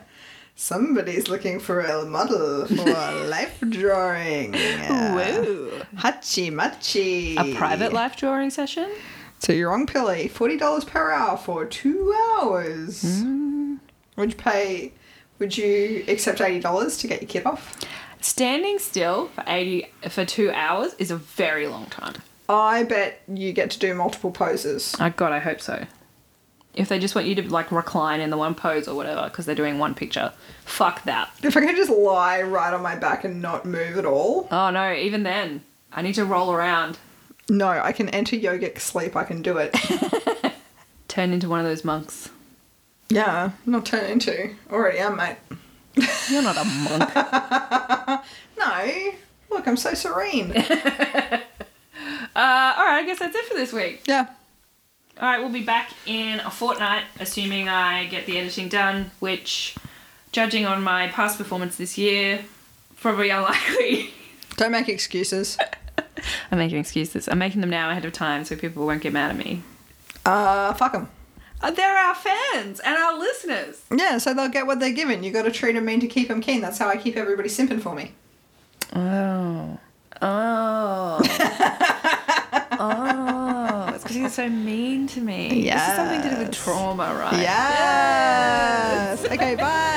Somebody's looking for a model for a life drawing.
Mm-hmm. Whoa.
Hachi machi.
A private life drawing session?
So you're on Pilly. Forty dollars per hour for two hours.
Mm.
Would you pay? Would you accept eighty dollars to get your kid off?
Standing still for 80 for 2 hours is a very long time.
I bet you get to do multiple poses.
Oh god, I hope so. If they just want you to like recline in the one pose or whatever because they're doing one picture, fuck that.
If I could just lie right on my back and not move at all.
Oh no, even then, I need to roll around,
No, I can enter yogic sleep. I can do it.
turn into one of those monks.
yeah, not turn into. Already am, mate.
You're not a monk.
No, look, I'm so serene.
Uh, all right, I guess that's it for this week.
yeah.
All right, we'll be back in a fortnight, assuming I get the editing done, which, judging on my past performance this year, probably unlikely.
Don't make excuses.
I'm making excuses. I'm making them now ahead of time so people won't get mad at me.
Uh, fuck them.
Uh, They're our fans and our listeners.
Yeah, so they'll get what they're given. You got to treat 'em mean to keep 'em keen. That's how I keep everybody simping for me.
Oh. Oh. oh. It's because you're so mean to me. This is something to do with
Yes.
trauma, right?
Yes. okay, bye.